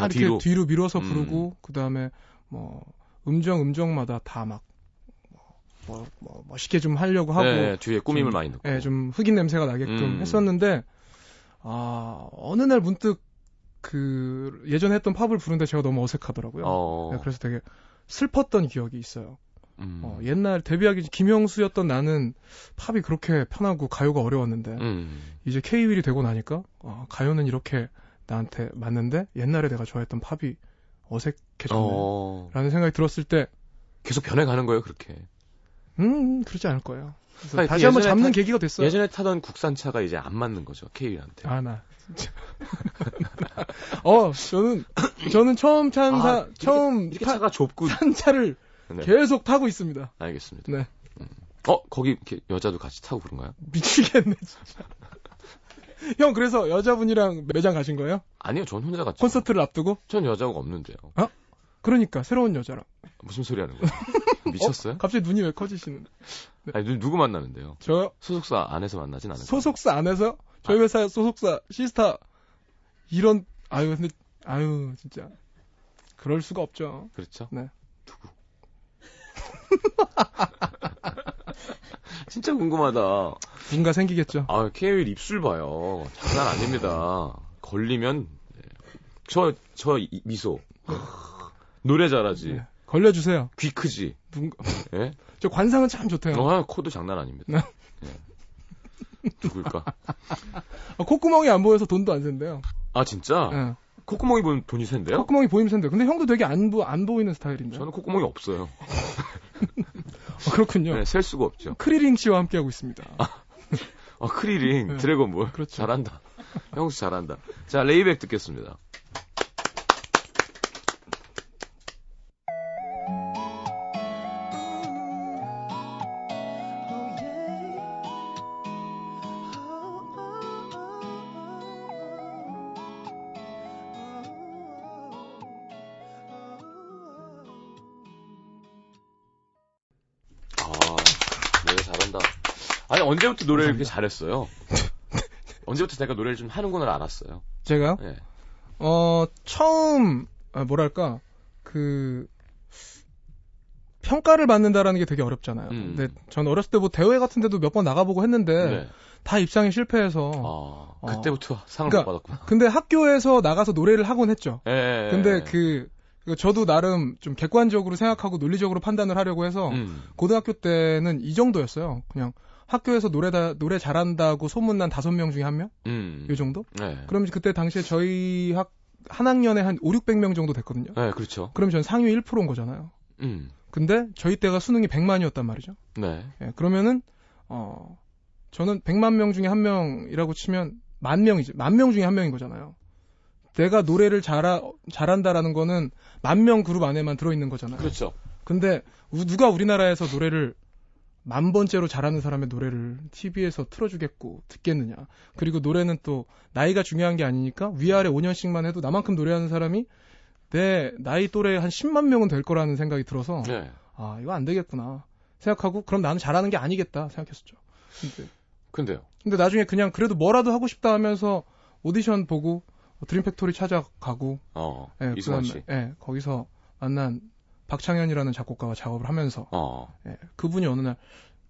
B: 다
C: 이렇게
B: 뒤로.
C: 뒤로, 밀어서
B: 음.
C: 부르고 그 다음에 뭐 음정 음정마다 다 막 뭐, 뭐 멋있게 좀 하려고 하고
B: 네, 뒤에 꾸밈을 많이 넣고.
C: 예, 좀 흑인 냄새가 나게끔
B: 음.
C: 했었는데 아 어느 날 문득 그 예전에 했던 팝을 부르는데 제가 너무 어색하더라고요.
B: 어.
C: 네, 그래서 되게 슬펐던 기억이 있어요.
B: 음.
C: 어, 옛날 데뷔하기 전 김영수였던 나는 팝이 그렇게 편하고 가요가 어려웠는데
B: 음.
C: 이제 K-윌이 되고 나니까 아, 가요는 이렇게 나한테 맞는데 옛날에 내가 좋아했던 팝이 어색해졌네
B: 어.
C: 라는 생각이 들었을 때
B: 계속 변해가는 거예요, 그렇게.
C: 음, 그러지 않을 거예요. 그래서
B: 아니, 그
C: 다시 한번
B: 예전에
C: 잡는
B: 타-
C: 계기가 됐어요.
B: 예전에 타던 국산차가 이제 안 맞는 거죠, 케이윌한테.
C: 아, 나 (laughs) 진짜. 어, 저는 저는 처음 찬
B: 아,
C: 사,
B: 이렇게-
C: 처음
B: 이렇게
C: 타-
B: 차가 좁고.
C: 탄 차를
B: (laughs) 네,
C: 계속 타고 있습니다.
B: 알겠습니다.
C: 네.
B: 음. 어, 거기 이렇게 여자도 같이 타고 그런가요?
C: 미치겠네, 진짜. 형 그래서 여자분이랑 매장 가신 거예요?
B: 아니요, 전 혼자 갔죠.
C: 콘서트를 앞두고?
B: 전 여자가 없는데요.
C: 그러니까 새로운 여자랑.
B: 무슨 소리 하는
C: (laughs)
B: 거예요? 미쳤어요?
C: 갑자기 눈이 왜 커지시는?
B: 아니, 누- 누구 만나는데요?
C: 저요?
B: 소속사 안에서 만나진 않을 거예요.
C: 어? 소속사 안에서 저희 회사 소속사 시스타 이런 아유 근데 아유 진짜 그럴 수가 없죠.
B: 그렇죠?
C: 네.
B: 누구? (laughs) 진짜 궁금하다.
C: 뭔가 생기겠죠.
B: 아, 케이윌 입술 봐요. 장난 아닙니다. 걸리면 네. 저, 저 이- 미소. (laughs) 노래 잘하지.
C: 네. 걸려주세요.
B: 귀 크지.
C: 누군가- 네.
B: 예?
C: 저 관상은 참 좋대요.
B: 아, 코도 장난
C: 네.
B: 아닙니다. 예. 누굴까?
C: 아, 콧구멍이 안 보여서 돈도 안 센대요.
B: 아, 진짜?
C: 예.
B: 콧구멍이 보면 돈이 센데요?
C: 콧구멍이 보이면 센대요. 근데 형도 되게 안, 보, 안 보이는 스타일인데.
B: 저는 콧구멍이 없어요.
C: 아, 그렇군요.
B: 네, 셀 수가 없죠.
C: 크리링 씨와 함께하고 있습니다.
B: 아, 크리링,
C: 네.
B: 드래곤 볼.
C: 그렇죠.
B: 잘한다. 형수 잘한다. 자, 레이백 듣겠습니다.
A: Oh yeah. Oh, oh, oh, oh, oh. Oh, oh, oh.
B: 아, 노래 잘한다. 아니, 언제부터 노래를 이렇게 잘했어요?
C: (laughs)
B: 언제부터 내가 노래를 좀 하는구나 알았어요.
C: 제가요?
B: 예.
C: 어, 처음, 아, 뭐랄까, 그, 평가를 받는다라는 게 되게 어렵잖아요.
B: 음.
C: 근데 전 어렸을 때 뭐 대회 같은 데도 몇 번 나가보고 했는데
B: 네.
C: 다 입상에 실패해서
B: 아,
C: 어.
B: 그때부터 상을
C: 그러니까-
B: 못
C: (laughs)
B: 받았구나.
C: 근데 학교에서 나가서 노래를 하곤 했죠.
B: 예.
C: 근데 그, 그 저도 나름 좀 객관적으로 생각하고 논리적으로 판단을 하려고 해서
B: 음.
C: 고등학교 때는 이 정도였어요. 그냥 학교에서 노래 다 노래 잘한다고 소문난 다섯 명 중에 한 명?
B: 음.
C: 요 정도?
B: 네.
C: 그럼 그때 당시에 저희 학 한 학년에 한 5, 600명 정도 됐거든요.
B: 네, 그렇죠.
C: 그럼 전 상위 1%인 거잖아요.
B: 음.
C: 근데 저희 때가 수능이 100만이었단 말이죠.
B: 네.
C: 예, 그러면은 어 저는 100만 명 중에 한 명이라고 치면 만 명이지. 만 명 중에 한 명인 거잖아요. 내가 노래를 잘하, 잘한다라는 거는 만 명 그룹 안에만 들어 있는 거잖아요.
B: 그렇죠.
C: 근데 우- 누가 우리나라에서 노래를 만 번째로 잘하는 사람의 노래를 TV에서 틀어주겠고 듣겠느냐. 그리고 노래는 또 나이가 중요한 게 아니니까 위아래 5년씩만 해도 나만큼 노래하는 사람이 내 나이 또래 한 10만 명은 될 거라는 생각이 들어서
B: 네.
C: 아 이거 안 되겠구나 생각하고 그럼 나는 잘하는 게 아니겠다 생각했었죠. 근데,
B: 근데요.
C: 근데 나중에 그냥 그래도 뭐라도 하고 싶다 하면서 오디션 보고 드림팩토리 찾아가고
B: 어.
C: 예,
B: 이승환
C: 그다음에,
B: 씨.
C: 예, 거기서 만난 박창현이라는 작곡가와 작업을 하면서
B: 어.
C: 예, 그분이 어느 날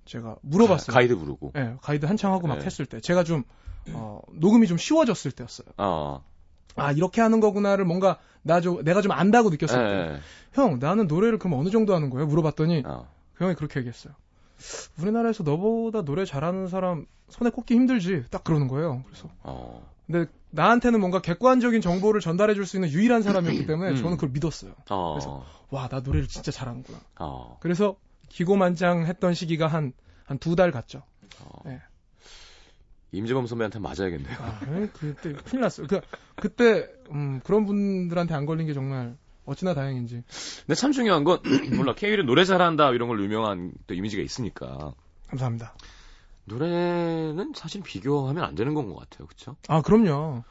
C: 제가 물어봤어요.
B: 가, 이드 부르고.
C: 예, 가이드 한창 하고 막
B: 네.
C: 했을 때 제가 좀 어, 녹음이 좀 쉬워졌을 때였어요.
B: 어.
C: 아 이렇게 하는 거구나를 뭔가 나 좀 내가 좀 안다고
B: 예.
C: 느꼈을 때,
B: 예.
C: 형 나는 노래를 그럼 어느 정도 하는 거예요? 물어봤더니
B: 어.
C: 그 형이 그렇게 얘기했어요. 우리나라에서 너보다 노래 잘하는 사람 손에 꼽기 힘들지. 딱 그러는 거예요. 그래서
B: 어.
C: 근데 나한테는 뭔가 객관적인 정보를 전달해 줄 수 있는 유일한 사람이었기 때문에
B: 음.
C: 저는 그걸 믿었어요.
B: 어.
C: 그래서- 와, 나 노래를 진짜 잘하는구나.
B: 어.
C: 그래서 기고만장했던 시기가 한 한 두 달 갔죠.
B: 어.
C: 네.
B: 임재범 선배한테 맞아야겠네요.
C: 아, 에이, 그때 큰일 났어요. 그 그때 음, 그런 분들한테 안 걸린 게 정말 어찌나 다행인지.
B: 근데 참 중요한 건 (clears throat) 몰라 케이윌은 노래 잘한다 이런 걸로 유명한 또 이미지가 있으니까
C: 감사합니다.
B: 노래는 사실 비교하면 안 되는 건 것 같아요, 그렇죠?
C: 아, 그럼요.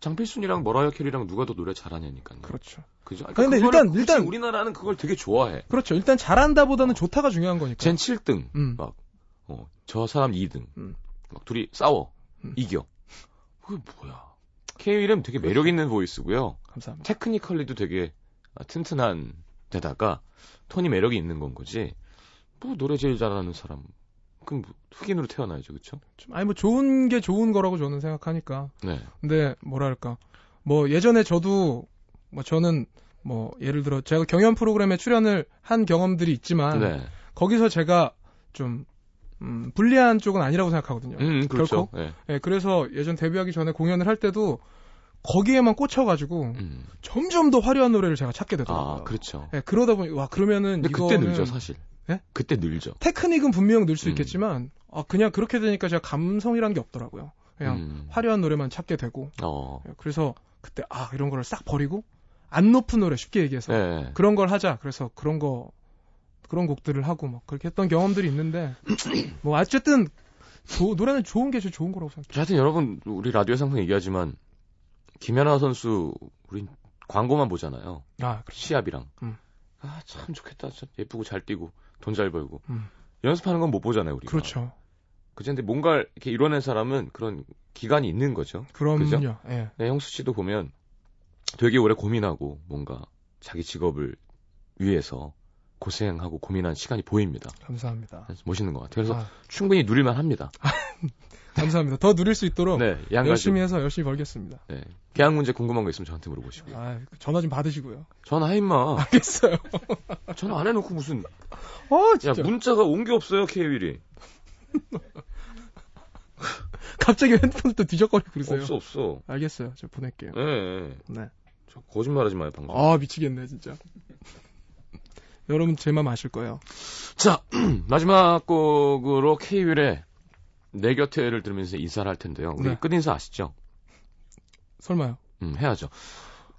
B: 장필순이랑 머라이어 캐리랑 누가 더 노래 잘하냐니까요.
C: 그렇죠.
B: 그죠?
C: 아니, 근데
B: 그거를
C: 일단-
B: 굳이
C: 일단-
B: 우리나라는 그걸 되게 좋아해.
C: 그렇죠. 일단 잘한다보다는 좋다가 중요한 거니까.
B: 쟨 7등, 어,
C: 음.
B: 막저 사람 2등,
C: 음.
B: 막 둘이 싸워
C: 음. 그렇죠.
B: 이겨. 그게 뭐야? 케이윌은 되게 매력 있는 보이스고요.
C: 감사합니다.
B: 테크니컬리도 되게 아, 튼튼한 데다가 톤이 매력이 있는 건 거지. 뭐 노래 제일 잘하는 사람. 그럼 뭐 흑인으로 태어나야죠, 그렇죠?
C: 좀, 아니 뭐 좋은 게 좋은 거라고 저는 생각하니까.
B: 네.
C: 근데 뭐랄까 뭐 예전에 저도 뭐 저는 뭐 예를 들어 제가 경연 프로그램에 출연을 한 경험들이 있지만
B: 네.
C: 거기서 제가 좀 음, 불리한 쪽은 아니라고 생각하거든요.
B: 음, 그렇죠.
C: 결코?
B: 네.
C: 예, 그래서 예전 데뷔하기 전에 공연을 할 때도 거기에만 꽂혀가지고
B: 음.
C: 점점 더 화려한 노래를 제가 찾게 되더라고요.
B: 아, 그렇죠.
C: 예, 그러다 보니 와 그러면은
B: 근데
C: 이거는
B: 그때 늘죠, 사실.
C: 예?
B: 그때 늘죠.
C: 테크닉은 분명 늘 수
B: 음.
C: 있겠지만 아, 그냥 그렇게 되니까 제가 감성이라는 게 없더라고요. 그냥
B: 음.
C: 화려한 노래만 찾게 되고
B: 어.
C: 예, 그래서 그때 아 이런 거를 싹 버리고 안 높은 노래 쉽게 얘기해서
B: 예.
C: 그런 걸 하자 그래서 그런 거 그런 곡들을 하고 막 그렇게 했던 경험들이
B: (clears throat)
C: 있는데 뭐 어쨌든 조- 노래는 좋은 게 제일 좋은 거라고 생각해요
B: 하여튼 여러분 우리 라디오에서 항상 얘기하지만 김연아 선수 우린 광고만 보잖아요.
C: 아
B: 시합이랑.
C: 음.
B: 아, 참 좋겠다. 참 예쁘고 잘 뛰고 돈 잘 벌고.
C: 음.
B: 연습하는 건 못 보잖아요, 우리가.
C: 그렇죠
B: 그죠? 근데 뭔가 이렇게 이뤄낸 사람은 그런 기간이 있는 거죠.
C: 그럼요
B: 그죠?
C: 예
B: 네, 형수 씨도 보면 되게 오래 고민하고 뭔가 자기 직업을 위해서 고생하고 고민한 시간이 보입니다.
C: 감사합니다
B: 그래서 멋있는 것 같아요. 그래서
C: 아.
B: 충분히 누릴만 합니다.
C: 감사합니다 더 누릴 수 있도록
B: 네, 양가
C: 어, 열심히
B: 열심히.
C: 해서 열심히 벌겠습니다
B: 네, 계약 문제 궁금한 거 있으면 저한테 물어보시고. 요
C: 아 전화 좀 받으시고요 (laughs)
B: 전화 해 임마.
C: 알겠어요
B: 전화 안 해놓고 무슨.
C: 어
B: 야
C: 아. 진짜
B: 문자가 온 게 없어요 케이윌이.
C: 갑자기 핸드폰 또 뒤적거리고 그러세요
B: 없어 없어.
C: 알겠어요 제가 보낼게요
B: 예. 예.
C: 네.
B: 저 거짓말하지 마요 방송.
C: 아 미치겠네 진짜 (laughs) 여러분 제 맘 아실 거예요
B: 자, (clears throat) 마지막 곡으로 케이윌의 내 곁에를 들으면서 인사를 할 텐데요. 우리
C: 네.
B: 끝인사 아시죠?
C: 설마요
B: 음, 해야죠.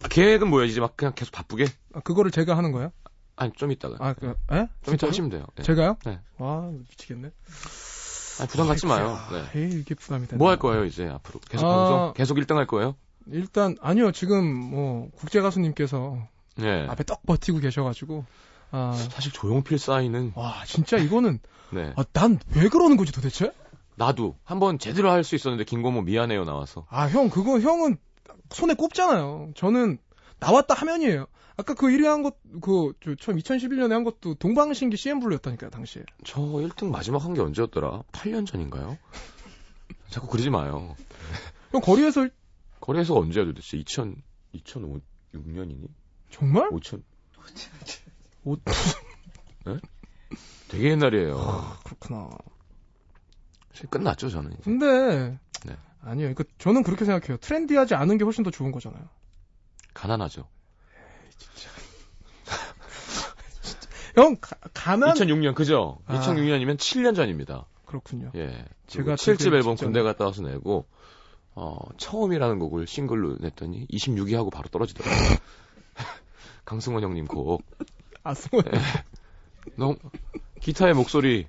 B: 아, 계획은 뭐예요? 이제 막 그냥 계속 바쁘게?
C: 아, 그거를 제가 하는 거예요?
B: 아니, 좀 이따가.
C: 아, 그, 에?
B: 좀 이따
C: 진짜요?
B: 하시면 돼요. 예.
C: 제가요?
B: 네.
C: 와, 미치겠네.
B: 아니, 부담 갖지 마요.
C: 아,
B: 네.
C: 에이, 이게 부담이 되네.
B: 뭐 할 거예요, 이제 앞으로? 계속
C: 아.
B: 방송? 계속 1등 할 거예요?
C: 일단, 아니요, 지금, 뭐, 국제가수님께서
B: 네.
C: 앞에 떡 버티고 계셔가지고, 아,
B: 사실 조용필 사인은,
C: 와, 진짜 이거는,
B: 네.
C: 아, 난 왜 그러는 거지 도대체?
B: 나도 한번 제대로 할 수 있었는데, 김고모 미안해요 나와서.
C: 아, 형, 그거, 형은 손에 꼽잖아요. 저는, 나왔다 하면이에요. 아까 그 1위 한 것, 그, 저 처음 2011년에 한 것도 동방신기 CM블루였다니까요, 당시에.
B: 저 1등 마지막 한 게 언제였더라? 8년 전인가요? (laughs) 자꾸 그러지 마요.
C: 그럼 거리에서 일-
B: 거래소 언제야 도대체? 2000, 2005, 6년이니?
C: 정말?
B: 5000?
C: 오,
B: 네? 되게 옛날이에요.
C: 아, 그렇구나.
B: 사실 끝났죠, 저는. 이제.
C: 근데,
B: 네.
C: 아니에요. 그, 저는 그렇게 생각해요. 트렌디하지 않은 게 훨씬 더 좋은 거잖아요.
B: 가난하죠.
C: 형, 가, 가난,
B: 2006년, 그죠?
C: 아.
B: 2006년이면 7년 전입니다.
C: 그렇군요.
B: 예.
C: 제가
B: 제가 7집 앨범
C: 지금
B: 군대 갔다 와서 내고, 어, 처음이라는 곡을 싱글로 냈더니 26위 하고 바로 떨어지더라고요. (laughs) 강승원 형님 곡.
C: 아, 승원.
B: 예, 너무, 기타의 목소리.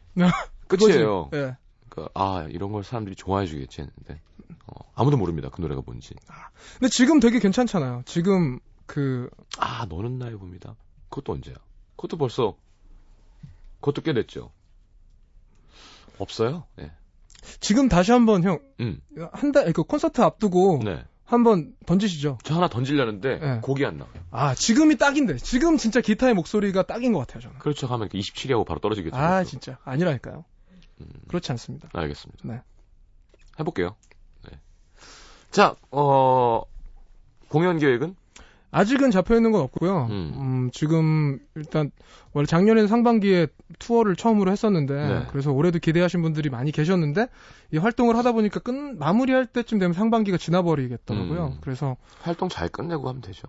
C: 그거지.
B: 끝이에요.
C: 예.
B: 그러니까 아, 이런 걸 사람들이 좋아해 주겠지 했는데, 어, 아무도 모릅니다. 그 노래가 뭔지.
C: 근데 지금 되게 괜찮잖아요. 지금, 그,
B: 아, 너는 나의 봄이다. 그것도 언제야? 그것도 벌써, 그것도 꽤 됐죠. 없어요? 예.
C: 지금 다시 한번 형,
B: 음.
C: 한 달, 그 콘서트 앞두고
B: 네.
C: 한번 던지시죠.
B: 저 하나 던지려는데,
C: 네.
B: 곡이 안 나와요.
C: 아, 지금이 딱인데. 지금 진짜 기타의 목소리가 딱인 것 같아요, 저는.
B: 그렇죠. 하면 27위하고 바로 떨어지겠죠.
C: 아,
B: 그것도.
C: 진짜. 아니라니까요.
B: 음.
C: 그렇지 않습니다.
B: 알겠습니다.
C: 네.
B: 해볼게요. 네. 자, 어, 공연 계획은?
C: 아직은 잡혀 있는 건 없고요.
B: 음.
C: 음, 지금 일단 원래 작년에 상반기에 투어를 처음으로 했었는데
B: 네.
C: 그래서 올해도 기대하신 분들이 많이 계셨는데 이 활동을 하다 보니까 끝 마무리할 때쯤 되면 상반기가 지나버리겠더라고요.
B: 음.
C: 그래서
B: 활동 잘 끝내고 하면 되죠.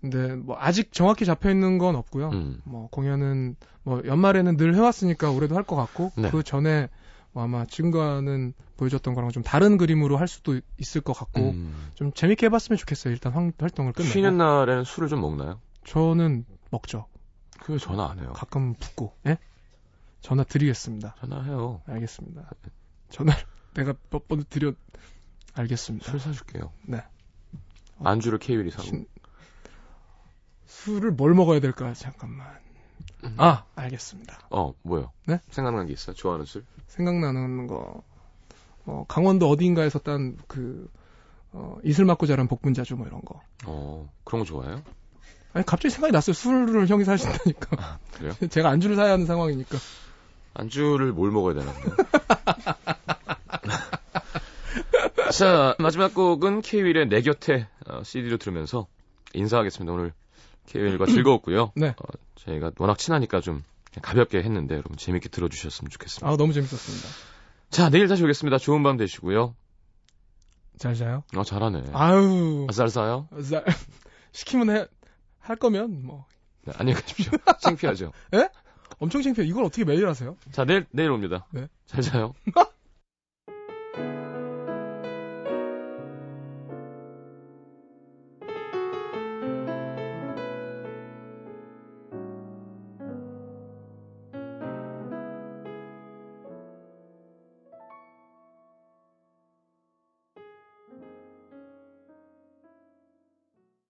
C: 근데 뭐 아직 정확히 잡혀 있는 건 없고요.
B: 음.
C: 뭐 공연은 뭐 연말에는 늘 해왔으니까 올해도 할 것 같고
B: 네.
C: 그 전에 뭐 아마 지금과는 보여줬던 거랑 좀 다른 그림으로 할 수도 있을 것 같고
B: 음.
C: 좀 재밌게 해봤으면 좋겠어요. 일단 활- 활동을 끝내고
B: 쉬는 날에는 술을 좀 먹나요?
C: 저는 먹죠.
B: 그왜 전화 안 해요?
C: 가끔 붓고 예? 전화 드리겠습니다.
B: 전화해요.
C: 알겠습니다. 전화 (laughs) 를 내가 몇 번 드려 알겠습니다.
B: 술 사줄게요.
C: 네.
B: 안주를 케이윌이 사고.
C: 신- 술을 뭘 먹어야 될까 잠깐만. 아 알겠습니다.
B: 어, 뭐요?
C: 네?
B: 생각난 게 있어요? 좋아하는 술?
C: 생각나는 거 어, 강원도 어딘가에서 딴 그 어, 이슬 맞고 자란 복분자주 뭐 이런 거.
B: 어, 그런 거 좋아해요?
C: 아니 갑자기 생각이 났어요. 술을 형이 사신다니까.
B: 그래요?
C: (laughs) 제가 안주를 사야 하는 상황이니까.
B: 안주를 뭘 먹어야
C: (laughs)
B: 되나? 근데? 자, 마지막 곡은 케이윌의 내 곁에 CD로 들으면서 인사하겠습니다. 오늘
C: (clears throat)
B: 케이윌과 즐거웠고요.
C: 네.
B: 어, 저희가 워낙 친하니까 좀 그냥 가볍게 했는데 여러분 재밌게 들어주셨으면 좋겠습니다.
C: 아 너무 재밌었습니다.
B: 자, 내일 다시 오겠습니다. 좋은 밤 되시고요.
C: 잘 자요.
B: 어, 잘하네.
C: 아유.
B: 아싸싸요?
C: 자, (laughs) 시키면 해, 할 거면 뭐
B: 네, 안녕히 가십시오. (laughs) 창피하죠.
C: 엄청 창피해. 이걸 어떻게 매일 하세요?
B: 자, 내일, 내일 옵니다.
C: 네.
B: 잘 자요.